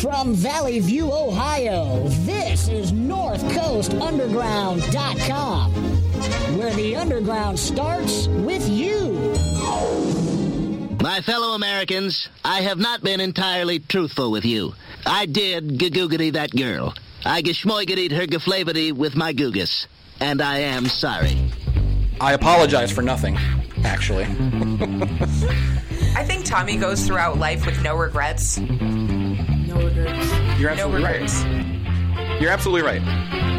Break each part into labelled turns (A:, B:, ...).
A: From Valley View, Ohio, this is NorthCoastUnderground.com, where the underground starts with you.
B: My fellow Americans, I have not been entirely truthful with you. I did gagoogity that girl. I gashmoigitied her gaflavity with my googus. And I am sorry.
C: I apologize for nothing, actually.
D: I think Tommy goes throughout life with no regrets.
E: No regrets.
C: You're
D: No
C: absolutely right.
D: regrets.
C: You're absolutely right.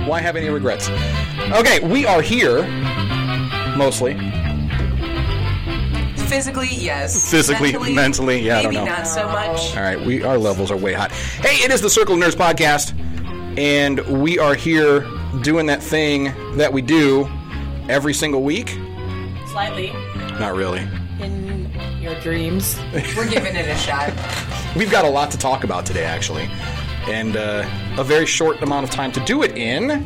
C: Why have any regrets? Okay, we are here, mostly.
D: Physically, yes.
C: Physically, mentally, yeah, I
D: maybe
C: don't know.
D: not so much.
C: All right, we our levels are way hot. Hey, it is the Circle of Nerds podcast, and we are here doing that thing that we do every single week.
E: Slightly.
C: Not really.
E: In your dreams.
D: We're giving it a shot.
C: We've got a lot to talk about today, actually, and uh, a very short amount of time to do it in.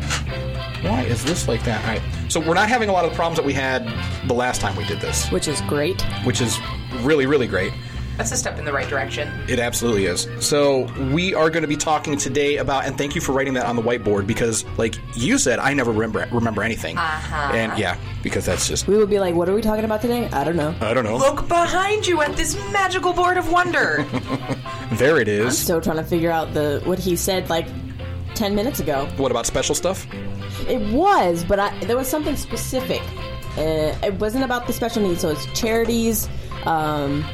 C: Why is this like that? All right, so we're not having a lot of the problems that we had the last time we did this,
E: Which is great.
C: which is really, really great.
D: That's a step in the right direction.
C: It absolutely is. So we are going to be talking today about, and thank you for writing that on the whiteboard because, like you said, I never remember remember anything. Uh-huh. And yeah, because that's just
E: We would be like, what are we talking about today? I don't know.
C: I don't know.
D: Look behind you at this magical board of wonder.
C: There it is.
E: Still trying to figure out the what he said like ten minutes ago.
C: What about special stuff?
E: It was, but I, there was something specific. Uh, it wasn't about the special needs, so it's charities. Um,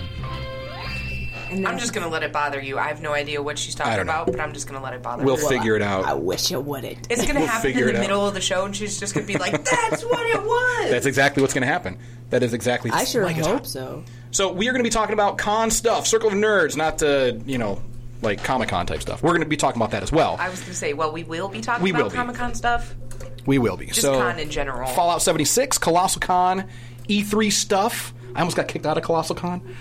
E: and
D: I'm just gonna let it bother you. I have no idea what she's
C: I
D: talking
C: don't know.
D: about, but I'm just gonna let it bother
C: We'll
D: you.
C: figure it
E: I
C: out.
E: wish it wouldn't.
D: It's gonna
C: We'll
D: happen
C: figure
D: in
C: it
D: the
C: out.
D: middle of the show, and she's just gonna be like, "That's what it was."
C: That's exactly what's going to happen. That is exactly.
E: I sure
C: Mike is
E: hope
C: hot.
E: so.
C: So we are going to be talking about con stuff, Circle of Nerds, not uh, you know like Comic Con type stuff. We're going to be talking about that as well.
D: I was gonna say, well, we will be talking
C: We will
D: about
C: be.
D: Comic Con stuff.
C: We will be. Just so,
D: con in general.
C: Fallout 76, Colossal Con, E3 stuff. I almost got kicked out of Colossal Con.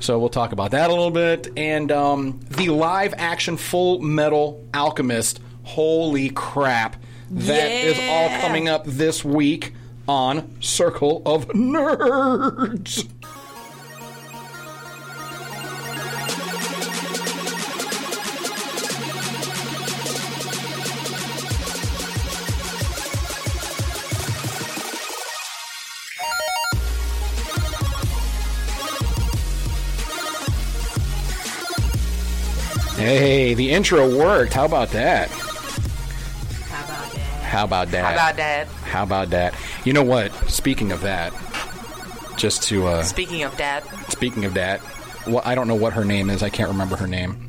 C: So we'll talk about that a little bit. And um, the live action Full Metal Alchemist. Holy crap. That is all coming up this week on Circle of Nerds. Hey, the intro worked. How about that? How about that?
D: How about that?
C: How about that? You know what? Speaking of that, just to uh,
D: Speaking of that,
C: Speaking of that, well, I don't know what her name is. I can't remember her name.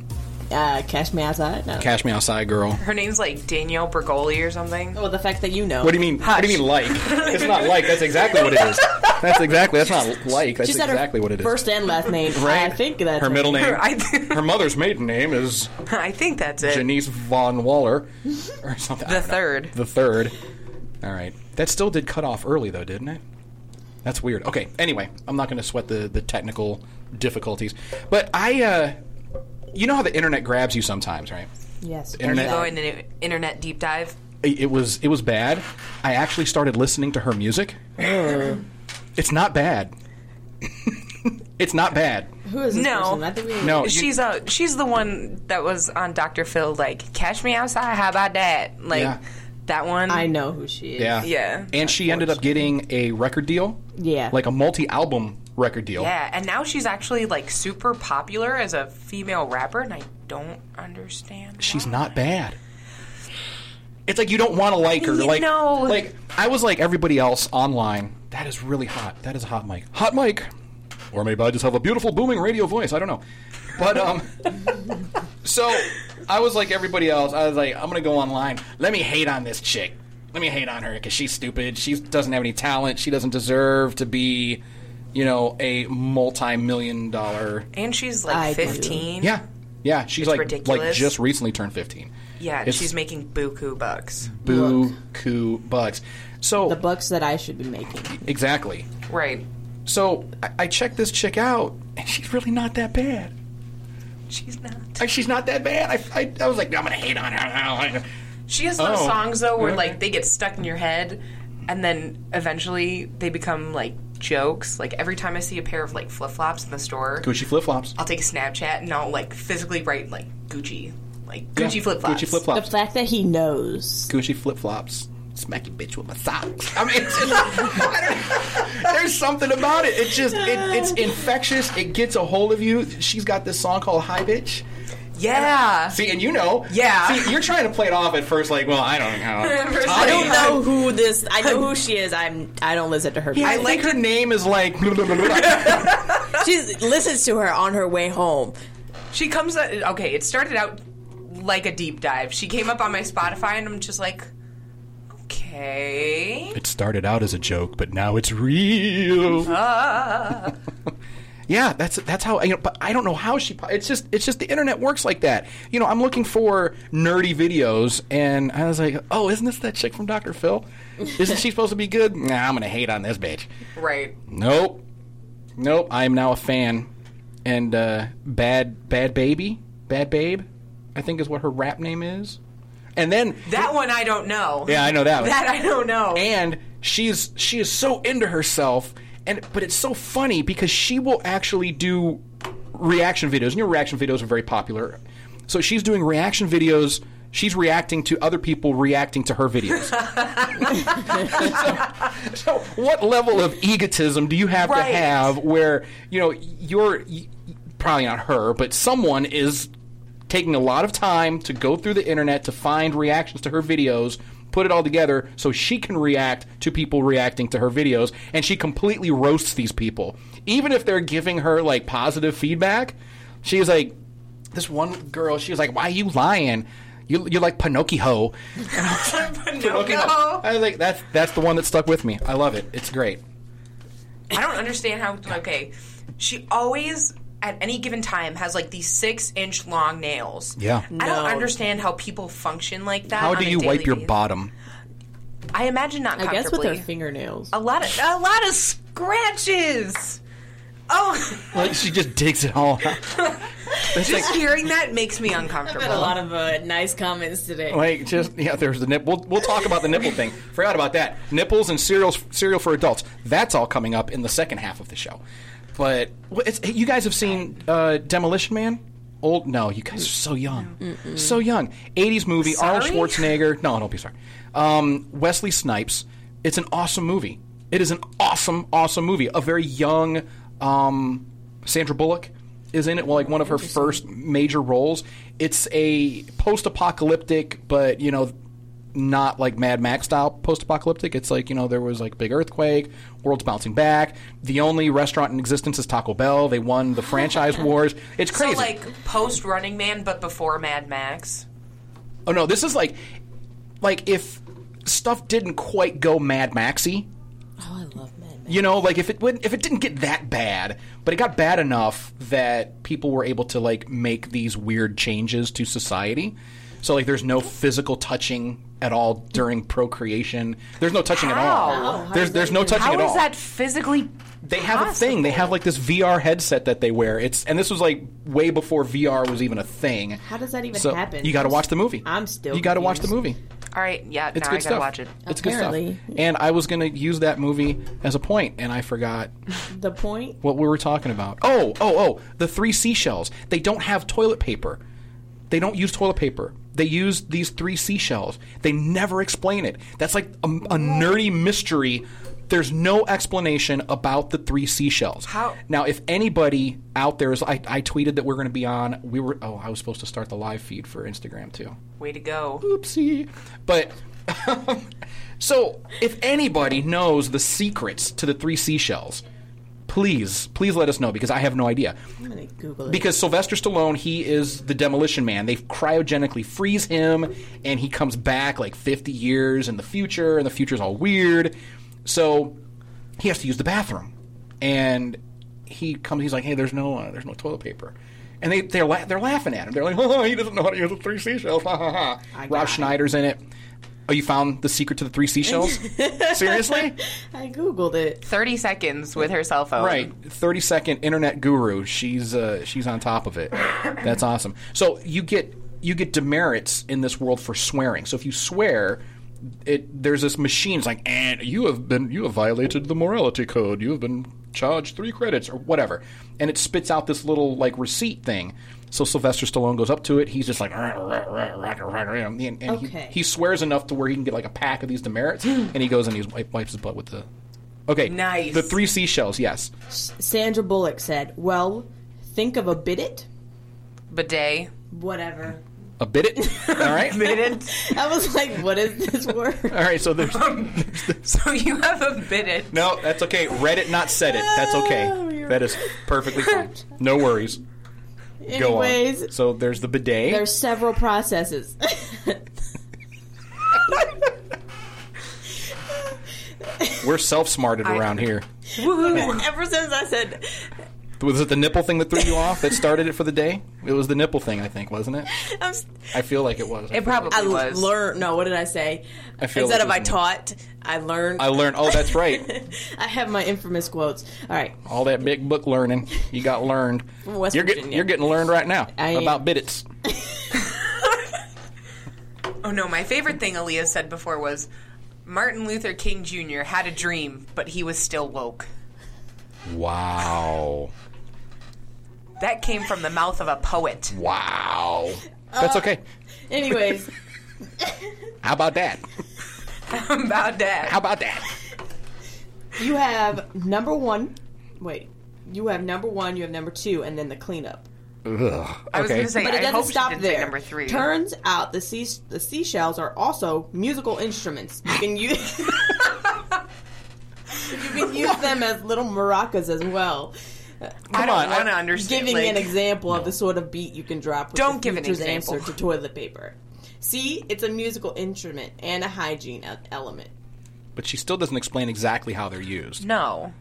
E: Uh, cash me outside. No.
C: Cash me outside, girl.
D: her name's like Danielle Bergoli or something.
E: Well, Oh, the fact that you know.
C: What do you mean? What do you mean like? It's not like. That's exactly what it is. That's exactly. That's not like. That's
E: She said
C: exactly
E: her
C: what it is.
E: First and last name. I think that's
C: her middle name.
D: Her- I,
C: Her mother's maiden name is
D: I think that's it.
C: Janice von Waller, or something. I
D: The
C: don't know.
D: third.
C: The third. All right. That still did cut off early though, didn't it? That's weird. Okay. Anyway, I'm not going to sweat the the technical difficulties, but I, uh, you know how the internet grabs you sometimes, right?
E: Yes.
C: Internet-
E: does that.
D: Going into internet deep dive.
C: it it was it was bad. I actually started listening to her music.
D: Mm.
C: it's not bad. it's not bad.
E: Who is this
D: No.
E: person? I think we
C: No, Oh, you-
D: she's uh she's the one that was on Dr. Phil like catch me outside how about that like
C: Yeah.
D: that one
E: I know who she is.
C: yeah,
D: yeah.
C: And she ended up getting a record deal.
E: Yeah.
C: like a multi-album record deal.
D: yeah and now she's actually like super popular as a female rapper and I don't understand
C: she's not bad. It's like you don't want to like her.
D: You
C: Like
D: know.
C: like I was like everybody else online. That is really hot. That is a hot mic. Hot mic. Or maybe I just have a beautiful booming radio voice. I don't know. But um so I was like everybody else. I was like I'm going to go online. Let me hate on this chick. Let me hate on her cuz she's stupid. She doesn't have any talent. She doesn't deserve to be, you know, a multi-million dollar
D: and she's like
E: I do.
D: 15
C: yeah. Yeah, she's like like
D: ridiculous.
C: just recently turned 15.
D: yeah and
C: It's-
D: she's making buku bucks
C: boo coo bucks. So
E: The bucks that I should be making.
C: exactly.
D: right
C: So I, I checked this chick out, and she's really not that bad.
D: she's not
C: Like she's not that bad. I, I, I was like, I'm gonna hate on her.
D: she has those
C: Oh.
D: songs though where
C: Okay.
D: like they get stuck in your head and then eventually they become like jokes like every time I see a pair of like flip flops in the store Uh,
C: Gucci flip flops.
D: I'll take a Snapchat and I'll like physically write like Gucci like Gucci flip flops.
C: Gucci flip
E: The
C: flops.
E: fact that he knows.
C: Gucci flip flops. Smack your bitch with my socks. I mean, it's, it's, I don't- there's something about it. It just it, it's infectious. It gets a hold of you. She's got this song called "Hi Bitch."
D: Yeah.
C: See, and you know,
D: Yeah.
C: See, you're trying to play it off at first, like, well, I don't know.
D: First
C: Tommy.
D: thing-
E: I don't know who this. I know who she is. I'm. I don't listen to her.
C: I
E: music.
C: like her name is like. blah, blah, blah, blah.
E: She listens to her on her way home.
D: She comes up. Okay, it started out like a deep dive. She came up on my Spotify, and I'm just like, okay.
C: It started out as a joke, but now it's real. Ah. yeah, that's that's how. You know, but I don't know how she. po- It's just it's just the internet works like that. You know, I'm looking for nerdy videos, and I was like, oh, isn't this that chick from Dr. Phil? Isn't she supposed to be good? Nah, I'm gonna hate on this bitch.
D: Right.
C: Nope, nope. I am now a fan, and uh, bad bad baby, bad babe, I think is what her rap name is. And then
D: That one I don't know.
C: yeah, I know that. one
D: That I don't know.
C: and she's she is so into herself and but it's so funny because she will actually do reaction videos and your reaction videos are very popular so she's doing reaction videos she's reacting to other people reacting to her videos so, so what level of egotism do you have
D: Right.
C: to have where you know you're y- probably not her but someone is taking a lot of time to go through the internet to find reactions to her videos, put it all together so she can react to people reacting to her videos, and she completely roasts these people. Even if they're giving her like positive feedback, she's like, this one girl, she was like, "Why you lying? You you're like Pinocchio."
D: Pinocchio.
C: I was like, "That's that's the one that stuck with me. I love it. It's great."
D: I don't understand how. Okay, she always at any given time has like these six inch long nails.
C: Yeah.
D: I don't
E: No.
D: understand how people function like that.
C: How
D: on
C: do
D: a
C: you wipe
D: daily
C: your
D: basis.
C: bottom?
D: I imagine not.
E: I guess with
D: comfortably.
E: her fingernails.
D: A lot of a lot of scratches. Oh,
C: Like she just digs it all out. It's like-
D: just hearing that makes me uncomfortable.
E: of uh, nice comments today.
C: Like just yeah, there's the nipple. We'll, we'll talk about the nipple thing. Forgot about that. Nipples and cereals, cereal for adults. That's all coming up in the second half of the show. But well, it's, you guys have seen uh, Demolition Man. Old? No, you guys are so young, so young. '80s movie. Arnold
D: Sorry?
C: Schwarzenegger. No, don't be sorry. Um, Wesley Snipes. It's an awesome movie. It is an awesome, awesome movie. A very young um, Sandra Bullock is in it. Well, like one of her first major roles. It's a post-apocalyptic, but you know, not like Mad Max style post-apocalyptic. It's like you know there was like big earthquake, world's bouncing back. The only restaurant in existence is Taco Bell. They won the franchise wars. It's
D: so
C: crazy.
D: like post Running Man, but before Mad Max.
C: Oh no, this is like like if stuff didn't quite go Mad Maxy.
E: Oh, I love Mad Max.
C: You know, like if it wouldn't, if it didn't get that bad, but it got bad enough that people were able to like make these weird changes to society. So like, there's no physical touching at all during procreation. There's no touching at
D: How?
E: Oh
C: all. There's there's no touching
D: How
C: at all
D: is that physically?
C: they have a thing. They have like this VR headset that they wear. It's and this was like way before VR was even a thing. How
E: does that even
C: so
E: happen?
C: You got to watch the movie.
E: I'm still
C: You got to watch the
E: confused.
C: movie.
D: All right, yeah.
C: It's good
D: now I gotta
C: stuff.
D: watch it.
C: It's good
E: Apparently.
C: stuff. And I was gonna use that movie as a point, and I forgot
E: The point.
C: what we were talking about. Oh, oh, oh! The three seashells. They don't have toilet paper. They don't use toilet paper. They use these three seashells. They never explain it. That's like a, a nerdy mystery. There's no explanation about the three seashells.
D: How-
C: Now, if anybody out there is, I, I tweeted that we're going to be on. We were. Oh, I was supposed to start the live feed for Instagram too
D: Way to go.
C: oopsie. But um, so, if anybody knows the secrets to the three seashells, please, please let us know because I have no idea.
E: I'm gonna Google it.
C: Because Sylvester Stallone, he is the demolition man. They cryogenically freeze him, and he comes back like 50 years in the future, and the future's all weird. So he has to use the bathroom, and he comes. He's like, "Hey, there's no, uh, there's no toilet paper." And they they're la- they're laughing at him. They're like, "Oh, he doesn't know how to use the three seashells." Ha ha ha! Rob Schneider's in it. Oh, you found the secret to the three seashells? Seriously?
E: I googled it.
D: Thirty seconds with her cell phone.
C: Right, thirty second Uh, internet guru. She's uh, she's on top of it. That's awesome. So you get you get demerits in this world for swearing. So if you swear, it there's this machine. It's like, and you have been you have violated the morality code. You have been charged three credits or whatever, and it spits out this little like receipt thing. So Sylvester Stallone goes up to it. He's just like, "Rah, rah, rah, rah, rah, rah," and, and
E: Okay.
C: he, he swears enough to where he can get like a pack of these demerits, and he goes and he wipe, wipes his butt with the. Okay.
D: Nice.
C: The three seashells. Yes.
E: Sandra Bullock said, "Well, think of a bit it,
D: Bidet.
E: whatever."
C: A bit it. All right.
D: Bidet.
E: I was like, "What is this word?"
C: All right. So there's
D: so you have a bidet.
C: no. That's okay. Read it, not said it. That's
E: Oh,
C: okay. That is perfectly fine. No worries. Go
E: Anyways,
C: on. So there's the bidet.
E: there's several processes.
C: We're self-smarted around here.
E: Ever since I said,
C: Was it the nipple thing that threw you off that started it for the day? It was the nipple thing, I think, wasn't it?
E: I'm, s-
C: I feel like it was.
D: It probably
E: I
D: was.
E: learned. No, what did I say?
C: I feel like
E: Instead of
C: it
E: I
C: was-
E: taught, I learned.
C: I learned. Oh, that's right.
E: I have my infamous quotes. All right.
C: All that big book learning you got learned.
E: West
C: you're getting
E: Virginia.
C: you're getting learned right now
E: I am.
C: about bidets.
D: Oh no, my favorite thing Aaliyah said before was Martin Luther King Jr. had a dream, but he was still woke.
C: Wow.
D: That came from the mouth of a poet.
C: Wow.
E: Uh,
C: That's okay.
E: Anyways,
C: How about that?
D: About that.
C: How about that?
E: you have number one. Wait, you have number one. You have number two, and then the cleanup.
C: Ugh.
D: I was
C: Okay.
D: going to say,
E: But it
D: I
E: doesn't
D: hope
E: stop
D: she didn't
E: there.
D: say number three.
E: Turns out the sea the seashells are also musical instruments. You can use you can use them as little maracas as well.
D: I
C: Come
D: don't
C: on, I-
D: want to understand.
E: Giving an
D: like,
E: example of the sort of beat you can drop. With
D: Don't
E: the
D: give an
E: future's
D: example.
E: answer to toilet paper. See, it's a musical instrument and a hygiene e- element.
C: But she still doesn't explain exactly how they're used.
D: No.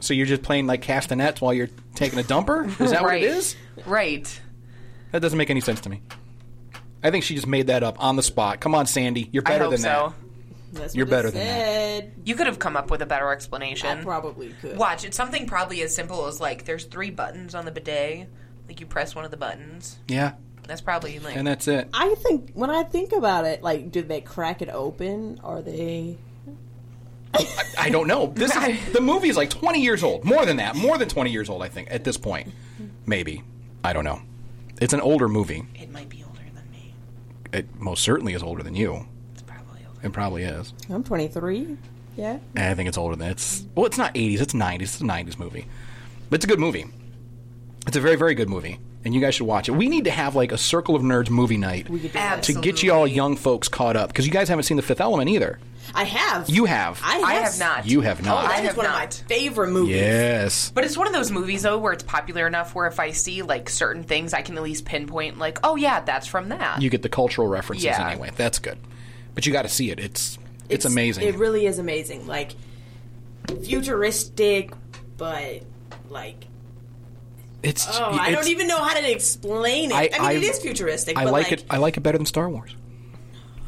C: So you're just playing like castanets while you're taking a dumper? Is that what
D: Right.
C: it is?
D: Right.
C: That doesn't make any sense to me. I think she just made that up on the spot. Come on, Sandy. You're
D: I
C: better
D: hope
C: than
D: so.
E: That's
C: You're
E: what
C: better
E: it
C: than
E: said.
D: You could have come up with a better explanation.
E: I probably could.
D: Watch, it's something probably as simple as like there's three buttons on the bidet. Like you press one of the buttons.
C: that. Yeah.
D: That's probably like
C: And that's it.
E: I think when I think about it, like, do they crack it open? Are they?
C: I don't know. This is, the movie is like 20 years old, more than that, more than 20 years old. I think at this point, maybe I don't know. It's an older movie.
D: it might be older than me.
C: It most certainly is older than you.
D: It's probably older.
C: It probably is.
E: I'm 23. Yeah.
C: I think it's older than it's. Well, it's not 80s. It's 90s. It's a 90s movie, but it's a good movie. It's a very very good movie, and you guys should watch it. We need to have like a Circle of Nerds movie night to
D: Absolutely.
C: get you all young folks caught up because you guys haven't seen The Fifth Element either.
E: I have.
C: You have.
E: I have,
D: I have not.
C: You have not.
D: Oh, I
E: That is
D: have
E: one
D: not.
E: of my favorite movies.
C: Yes.
D: But it's one of those movies though where it's popular enough where if I see like certain things I can at least pinpoint like, oh yeah, that's from that.
C: you get the cultural references
D: Yeah.
C: anyway. That's good. But you got to see it. It's it's, amazing.
E: It really is amazing. Like futuristic, but like
C: it's
E: oh, I
C: it's-
E: don't even know how to explain it. I,
C: I-
E: mean,
C: I-
E: it is futuristic.
C: I
E: but,
C: like, it. I like it better than Star Wars.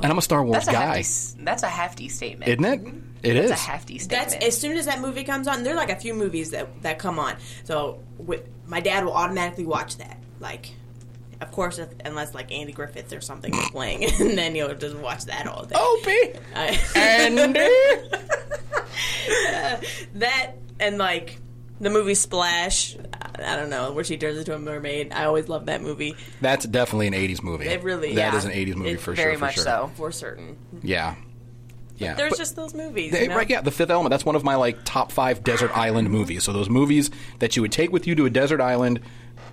C: And I'm a Star Wars
D: that's a
C: guy,
D: hefty s- that's a hefty statement.
C: isn't it? It is.
D: That's a hefty statement.
E: That's as soon as that movie comes on. There are like a few movies that that come on. So with, my dad will automatically watch that. Like, of course, if, unless like Andy Griffith or something is playing, and then you'll just watch that all day.
C: Oh. Opie
E: I-
C: Andy.
E: that and like the movie Splash. I I don't know where she turns into a mermaid. I always love that movie
C: That's definitely an '80s movie.
E: It really-
C: That
E: yeah.
C: is an '80s movie
E: It
C: for sure.
D: Very
C: for
D: much
C: sure.
D: so.
E: for certain.
C: Yeah. Yeah.
E: There's
C: But-
E: just those movies,
C: They-
E: you know?
C: Right, yeah, The Fifth Element. That's one of my like top five desert island movies. So those movies that you would take with you to a desert island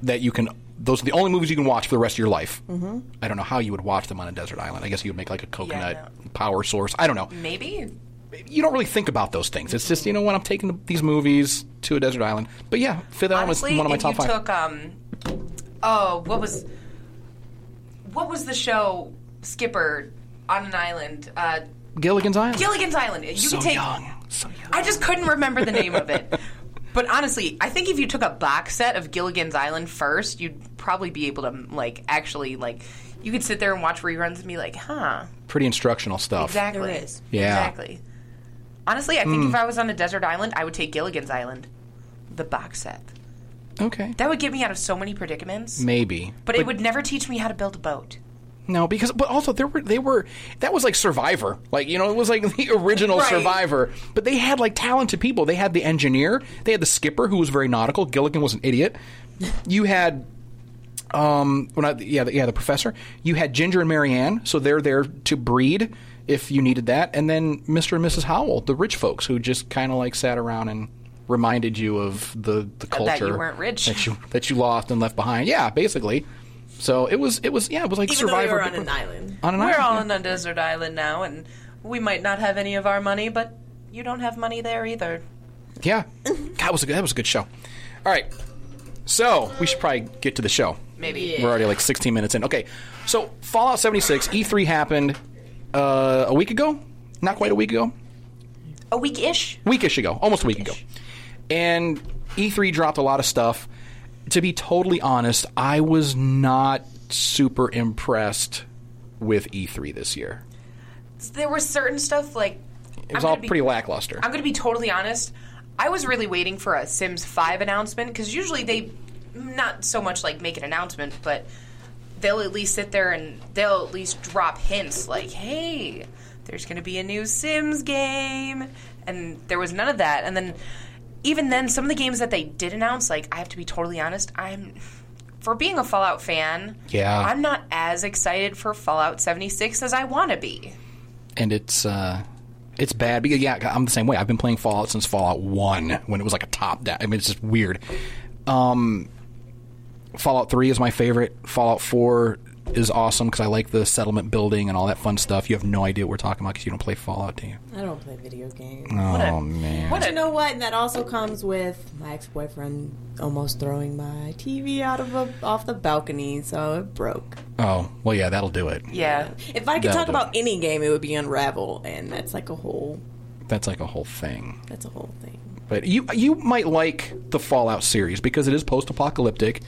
C: that you can. Those are the only movies you can watch for the rest of your life. Mm-hmm. I don't know how you would watch them on a desert island. I guess you would make like a coconut power source. I don't know.
D: Maybe
C: You don't really think about those things. It's just you know when I'm taking the, these movies to a desert island. But yeah, Fifth Element is
D: honestly,
C: one of my
D: if
C: top
D: you
C: five.
D: took um, oh, what was, what was the show Skipper on an island? Uh,
C: Gilligan's Island.
D: Gilligan's Island. You
C: so
D: could take.
C: young, so young.
D: I just couldn't remember the name of it. But honestly, I think if you took a box set of Gilligan's Island first, you'd probably be able to like actually like you could sit there and watch reruns and be like, huh,
C: Pretty instructional stuff.
D: exactly,
E: There is.
C: Yeah. Hmm.
D: exactly. Honestly, I think if I was on a desert island, I would take Gilligan's Island, the box set.
C: Okay.
D: That would get me out of so many predicaments.
C: Maybe.
D: but, it would never teach me how to build a boat.
C: No, because but also there were they were that was like Survivor, like you know it was like the original
D: Right.
C: Survivor. But they had like talented people. They had the engineer, they had the skipper who was very nautical. Gilligan was an idiot. You had um, when I, yeah, the, yeah, the professor. You had Ginger and Marianne, so they're there to breed if you needed that, and then Mr. and Mrs. Howell, the rich folks who just kind of like sat around and reminded you of the the culture
D: you weren't rich.
C: that you that you lost and left behind. Yeah, basically. So it was it was yeah it was like
E: Even though we
C: Survivor
E: were on
C: but-
E: an island.
C: on an
D: We're
C: island,
D: all
C: yeah.
D: on a desert island now, and we might not have any of our money, but you don't have money there either.
C: Yeah, God, that was a good, that was a good show. All right, so we should probably get to the show.
D: Maybe.
C: We're already like 16 minutes in. Okay, so Fallout 76 E3 happened uh, a week ago, not quite a week ago,
D: A week ish.
C: weekish ago, almost a week ago, and E3 dropped a lot of stuff. To be totally honest, I was not super impressed with E3 this year.
D: There was certain stuff like.
C: It was all pretty lackluster.
D: I'm going to be totally honest. I was really waiting for a Sims 5 announcement because usually they, not so much like make an announcement, but they'll at least sit there and they'll at least drop hints like, hey, there's going to be a new Sims game. And there was none of that. And then, even then, some of the games that they did announce, like, I have to be totally honest, I'm. For being a Fallout fan,
C: Yeah.
D: I'm not as excited for Fallout 76 as I want to be.
C: and it's uh, it's bad because yeah, I'm the same way. I've been playing Fallout since Fallout One when it was like a top down. I mean, it's just weird. Um, Fallout Three is my favorite. Fallout Four is awesome because I like the settlement building and all that fun stuff. You have no idea what we're talking about because you don't play Fallout, do you?
E: I don't play video games.
D: What a,
C: Oh man.
D: What
E: But
D: a
E: you know what? And that also comes with my ex-boyfriend almost throwing my TV out of a, off the balcony, so it broke.
C: Oh well, yeah, that'll do it.
D: Yeah.
E: If I could
C: That'll
E: talk
C: do
E: about any game, it would be Unravel, and that's like a whole
C: That's like a whole thing.
E: that's a whole thing.
C: But you you might like the Fallout series because it is post apocalyptic.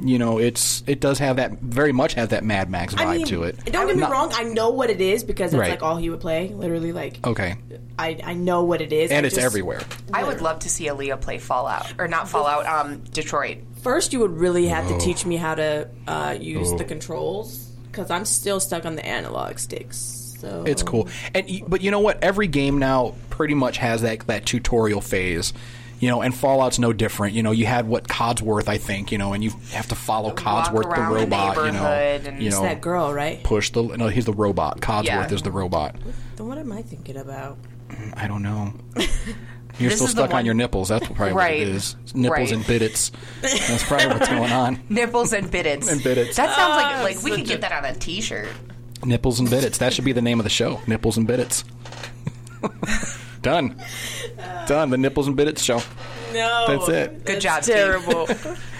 C: You know, it's it does have that very much have that Mad Max vibe
E: I mean,
C: to it.
E: don't get me
C: Not-
E: wrong. I know what it is because that's
C: Right.
E: like all he would play. Literally, like
C: Okay,
E: I, I know what it is.
C: and
E: I
C: it's
E: just-
C: everywhere.
D: I would love to see Aaliyah play Fallout or not Fallout, um, Detroit.
E: First, you would really have to teach me how to uh, use the controls because I'm still stuck on the analog sticks. So
C: It's cool, and y- but you know what? Every game now pretty much has that that tutorial phase, you know. And Fallout's no different. You know, you had what Codsworth, I think, you know, and you have to follow Codsworth, the
D: around the
C: robot, you know,
D: neighborhood and-
C: you
D: It's
C: know,
E: That girl, right?
C: push the no. He's the robot. Codsworth
D: Yeah.
C: is the robot.
E: Then what am I thinking about?
C: I don't know. You're still
D: is the
C: stuck on
D: one-
C: your nipples. That's probably
D: Right.
C: what it is. It's nipples
D: Right.
C: and bittits. That's probably what's going on.
D: Nipples and bitteds.
C: And bitteds.
D: That sounds like like we could get that on a T-shirt.
C: Nipples and bittits. That should be the name of the show. Nipples and bittits. Done. Done. The nipples and bittits show.
E: No,
C: That's it.
D: Good job, Steve.
E: Terrible.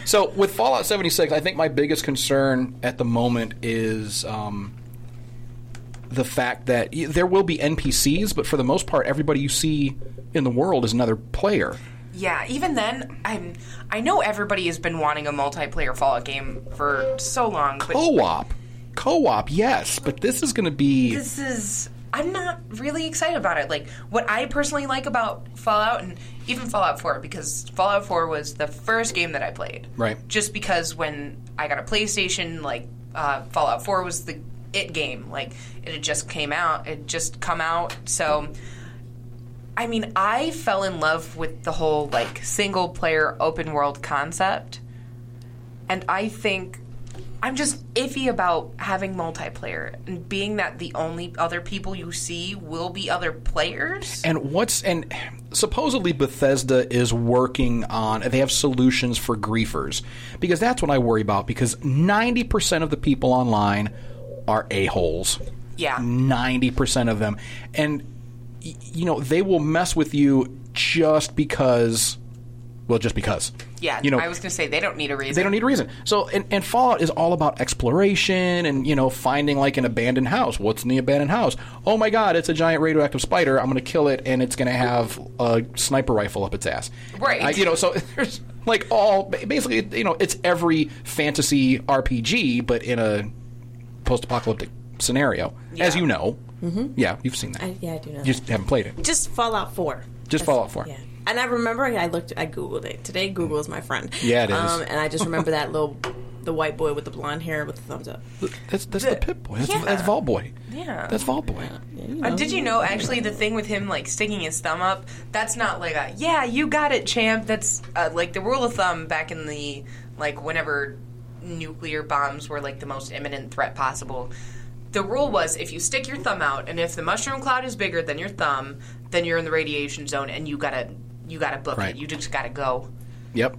C: So with Fallout 76, I think my biggest concern at the moment is um, the fact that y- there will be NPCs, but for the most part, everybody you see in the world is another player.
D: Yeah. Even then, I'm. I know everybody has been wanting a multiplayer Fallout game for so long, but
C: Co-op, co-op, yes, but this is going to be
D: this is. I'm not really excited about it. Like what I personally like about Fallout and even Fallout 4 because Fallout 4 was the first game that I played.
C: Right.
D: Just because when I got a PlayStation, like uh, Fallout 4 was the it game. Like it had just came out. It had just come out. So I mean, I fell in love with the whole like single player open world concept. And I think I'm just iffy about having multiplayer and being that the only other people you see will be other players.
C: And what's and supposedly Bethesda is working on they have solutions for griefers because that's what I worry about because 90% of the people online are a-holes.
D: Yeah.
C: 90% of them. And y- you know, they will mess with you just because well just because.
D: Yeah,
C: You know,
D: I was going to say they don't need a reason.
C: they don't need a reason. So, and, and Fallout is all about exploration and you know finding like an abandoned house. What's in the abandoned house? Oh my God, it's a giant radioactive spider. I'm going to kill it, and it's going to have a sniper rifle up its ass.
D: Right.
C: I- you know, so there's like all ba- basically you know it's every fantasy RPG, but in a post-apocalyptic scenario, as
D: Yeah.
C: you know. Mm-hmm. Yeah, you've seen that.
E: I, yeah, I do know.
C: You
E: Just,
C: just haven't played it.
E: just Fallout Four.
C: Just Fallout Four.
E: Yeah. And I remember I looked, I googled it today. Google is my friend.
C: Yeah, it is.
E: Um, and I just remember that little, the white boy with the blonde hair with the thumbs up.
C: That's that's the, Pip Boy. That's,
D: yeah.
C: that's Vault Boy.
D: Yeah.
C: that's Vault Boy.
D: Uh, did you know actually the thing with him like sticking his thumb up? That's not like a yeah, you got it, champ. That's uh, like the rule of thumb back in the like whenever nuclear bombs were like the most imminent threat possible. The rule was if you stick your thumb out and if the mushroom cloud is bigger than your thumb, then you're in the radiation zone and you gotta you gotta book
C: Right.
D: it. You just gotta go.
C: Yep.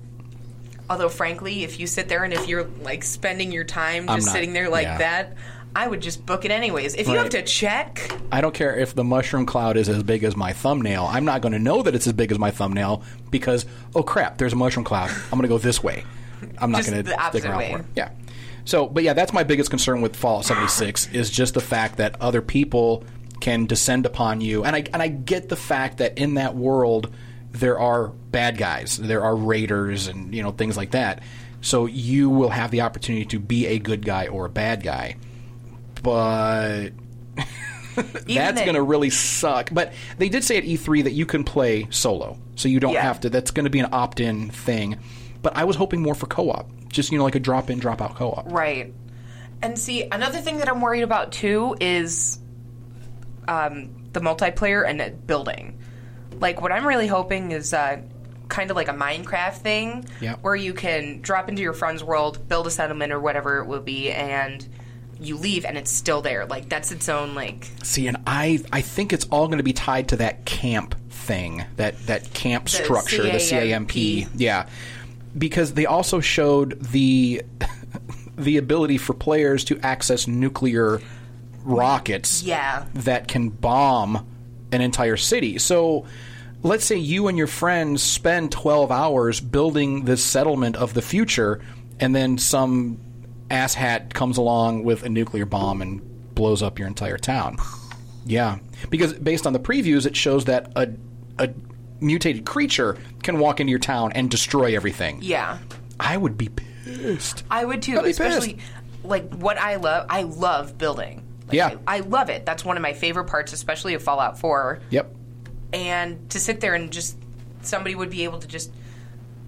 D: Although frankly, if you sit there and if you're like spending your time
C: I'm
D: just
C: not-
D: sitting there like
C: yeah.
D: that, I would just book it anyways. If you have
C: Right.
D: to check,
C: I don't care if the mushroom cloud is as big as my thumbnail. I'm not going to know that it's as big as my thumbnail because oh crap, there's a mushroom cloud. I'm going to go this way. I'm not
D: Just
C: going
D: the
C: to stick
D: opposite
C: around
D: way.
C: for it. Yeah. So, but yeah, that's my biggest concern with Fallout 76 is just the fact that other people can descend upon you. And I and I get the fact that in that world there are bad guys, there are raiders and, you know, things like that. So you will have the opportunity to be a good guy or a bad guy. But
D: even
C: that's
D: then-
C: going to really suck. But they did say at E3 that you can play solo, so you don't
D: Yeah.
C: have to. That's going to be an opt-in thing. But I was hoping more for co-op, just you know, like a drop-in, drop-out co-op.
D: Right. And see, another thing that I'm worried about too is um, the multiplayer and the building. Like, what I'm really hoping is uh, kind of like a Minecraft thing
C: Yeah.
D: where you can drop into your friend's world, build a settlement or whatever it will be, and you leave and it's still there. Like, that's its own, like,
C: See, and I, I think it's all going to be tied to that camp thing, that that camp structure, the
D: CAMP.
C: CAMP. Yeah, because they also showed the the ability for players to access nuclear rockets.
D: Yeah.
C: that can bomb an entire city. So let's say you and your friends spend 12 hours building this settlement of the future, and then some asshat comes along with a nuclear bomb and blows up your entire town. Yeah. Because based on the previews, it shows that a, a mutated creature can walk into your town and destroy everything.
D: yeah.
C: I would be pissed.
D: I would too,
C: I'd be
D: especially
C: pissed.
D: like what I love. I love building. Like,
C: Yeah.
D: I, I love it. That's one of my favorite parts, especially of Fallout 4.
C: Yep.
D: and to sit there and just somebody would be able to just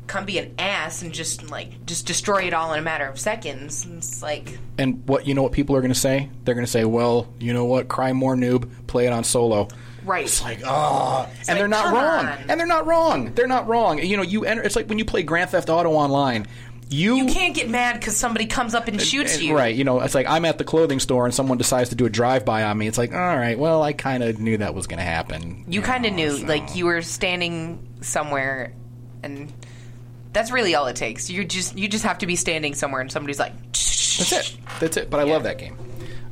D: come be an ass and just like just destroy it all in a matter of seconds and it's like
C: And what you know what people are going to say? They're going to say, "Well, you know what? Cry more, noob. Play it on solo."
D: right
C: It's like, ah, and
D: like,
C: they're not
D: come
C: wrong.
D: on.
C: And they're not wrong. They're not wrong. You know, you enter. It's like when you play Grand Theft Auto online. You,
D: you can't get mad because somebody comes up and shoots you
C: right? You know, it's like I'm at the clothing store and someone decides to do a drive by on me. It's like, all right, well, I kind of knew that was going to happen.
D: you kind of
C: know,
D: knew
C: so-
D: like you were standing somewhere and that's really all it takes you just you just have to be standing somewhere and somebody's like
C: That's it. That's it. But I love that game.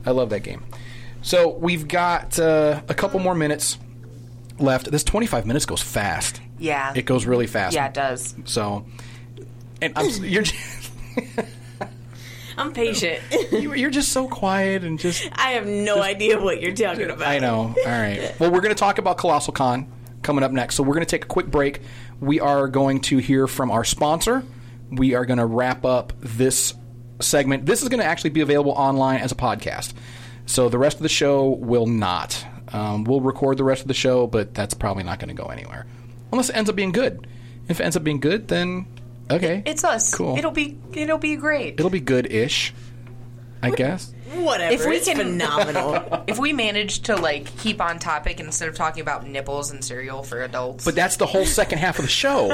C: I love that game. So we've got uh, a couple more minutes left. This 25 minutes goes fast.
D: yeah
C: It goes really fast.
D: yeah it does
C: So, and I'm you're.
E: I'm patient.
C: You- You're just so quiet and just.
E: I have no idea what you're talking about.
C: I know. All right. Well, we're going to talk about Colossal Con coming up next. So we're going to take a quick break. We are going to hear from our sponsor. We are going to wrap up this segment. This is going to actually be available online as a podcast. So the rest of the show will not. Um, we'll record the rest of the show, but that's probably not going to go anywhere. Unless it ends up being good. If it ends up being good, then okay.
D: it's us
C: Cool.
D: it'll be it'll be great
C: It'll be good ish, I guess.
E: Whatever.
D: If we
E: it's
D: can-
E: phenomenal.
D: if we manage to like keep on topic instead of talking about nipples and cereal for adults
C: But that's the whole second half of the show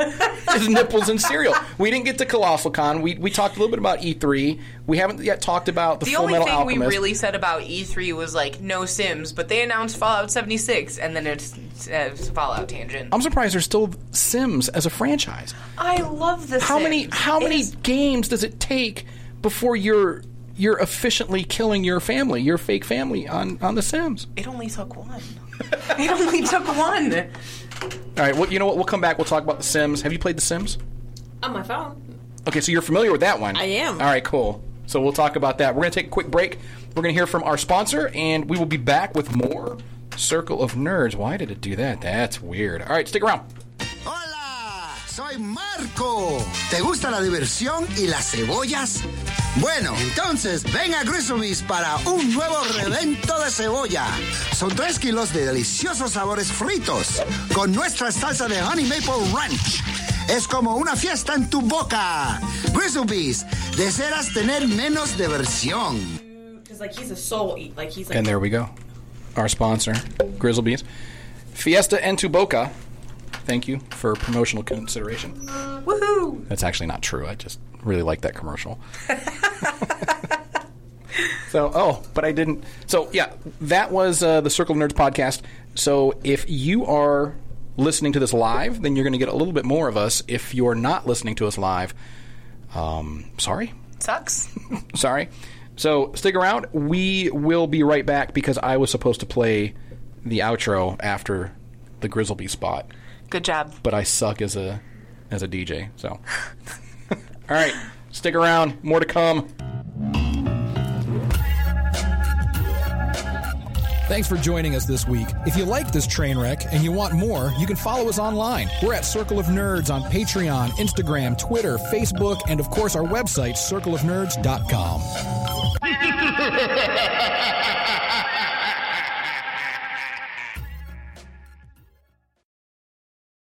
C: is nipples and cereal. We didn't get to Colossal Con. We, we talked a little bit about E3. We haven't yet talked about the,
D: the
C: Full
D: only
C: Metal
D: thing we
C: Alchemist.
D: really said about E3 was like no Sims, but they announced Fallout 76, and then it's, it's, uh, it's Fallout tangent.
C: I'm surprised there's still Sims as a franchise.
D: I love this.
C: How many how many games does it take before you're you're efficiently killing your family, your fake family on on the Sims?
D: It only took one. it only took one.
C: All right, well, you know what? We'll come back. We'll talk about the Sims. Have you played the Sims?
E: On my phone.
C: Okay, so you're familiar with that one.
E: I am.
C: All right, cool. So we'll talk about that. We're going to take a quick break. We're going to hear from our sponsor, and we will be back with more Circle of Nerds. Why did it do that? That's weird. All right, stick around.
F: Hola, soy Marco. ¿Te gusta la diversión y las cebollas? Bueno, entonces ven a Grizzlies para un nuevo revento de cebolla. Son 3 kilos de deliciosos sabores fritos con nuestra salsa de Honey Maple Ranch. Es como una fiesta en tu boca. Grizzlies, deseas tener menos diversión.
E: Because, like, he's a soul eat. Like, he's like.
C: And there we go. Our sponsor, Grizzlebees. Fiesta and Tuboca. Thank you for promotional consideration.
D: Woohoo!
C: That's actually not true. I just really like that commercial. So, oh, but I didn't. So, yeah, that was uh, the Circle of Nerds podcast. So, if you are listening to this live, then you're going to get a little bit more of us. If you're not listening to us live, um, sorry.
D: Sucks.
C: Sorry. So, stick around. We will be right back because I was supposed to play the outro after the Grizzleby spot,
D: Good job.
C: but I suck as a as a DJ. So, all right, stick around. More to come.
G: Thanks for joining us this week. If you like this train wreck and you want more, you can follow us online. We're at Circle of Nerds on Patreon, Instagram, Twitter, Facebook, and of course our website, circleofnerds.com.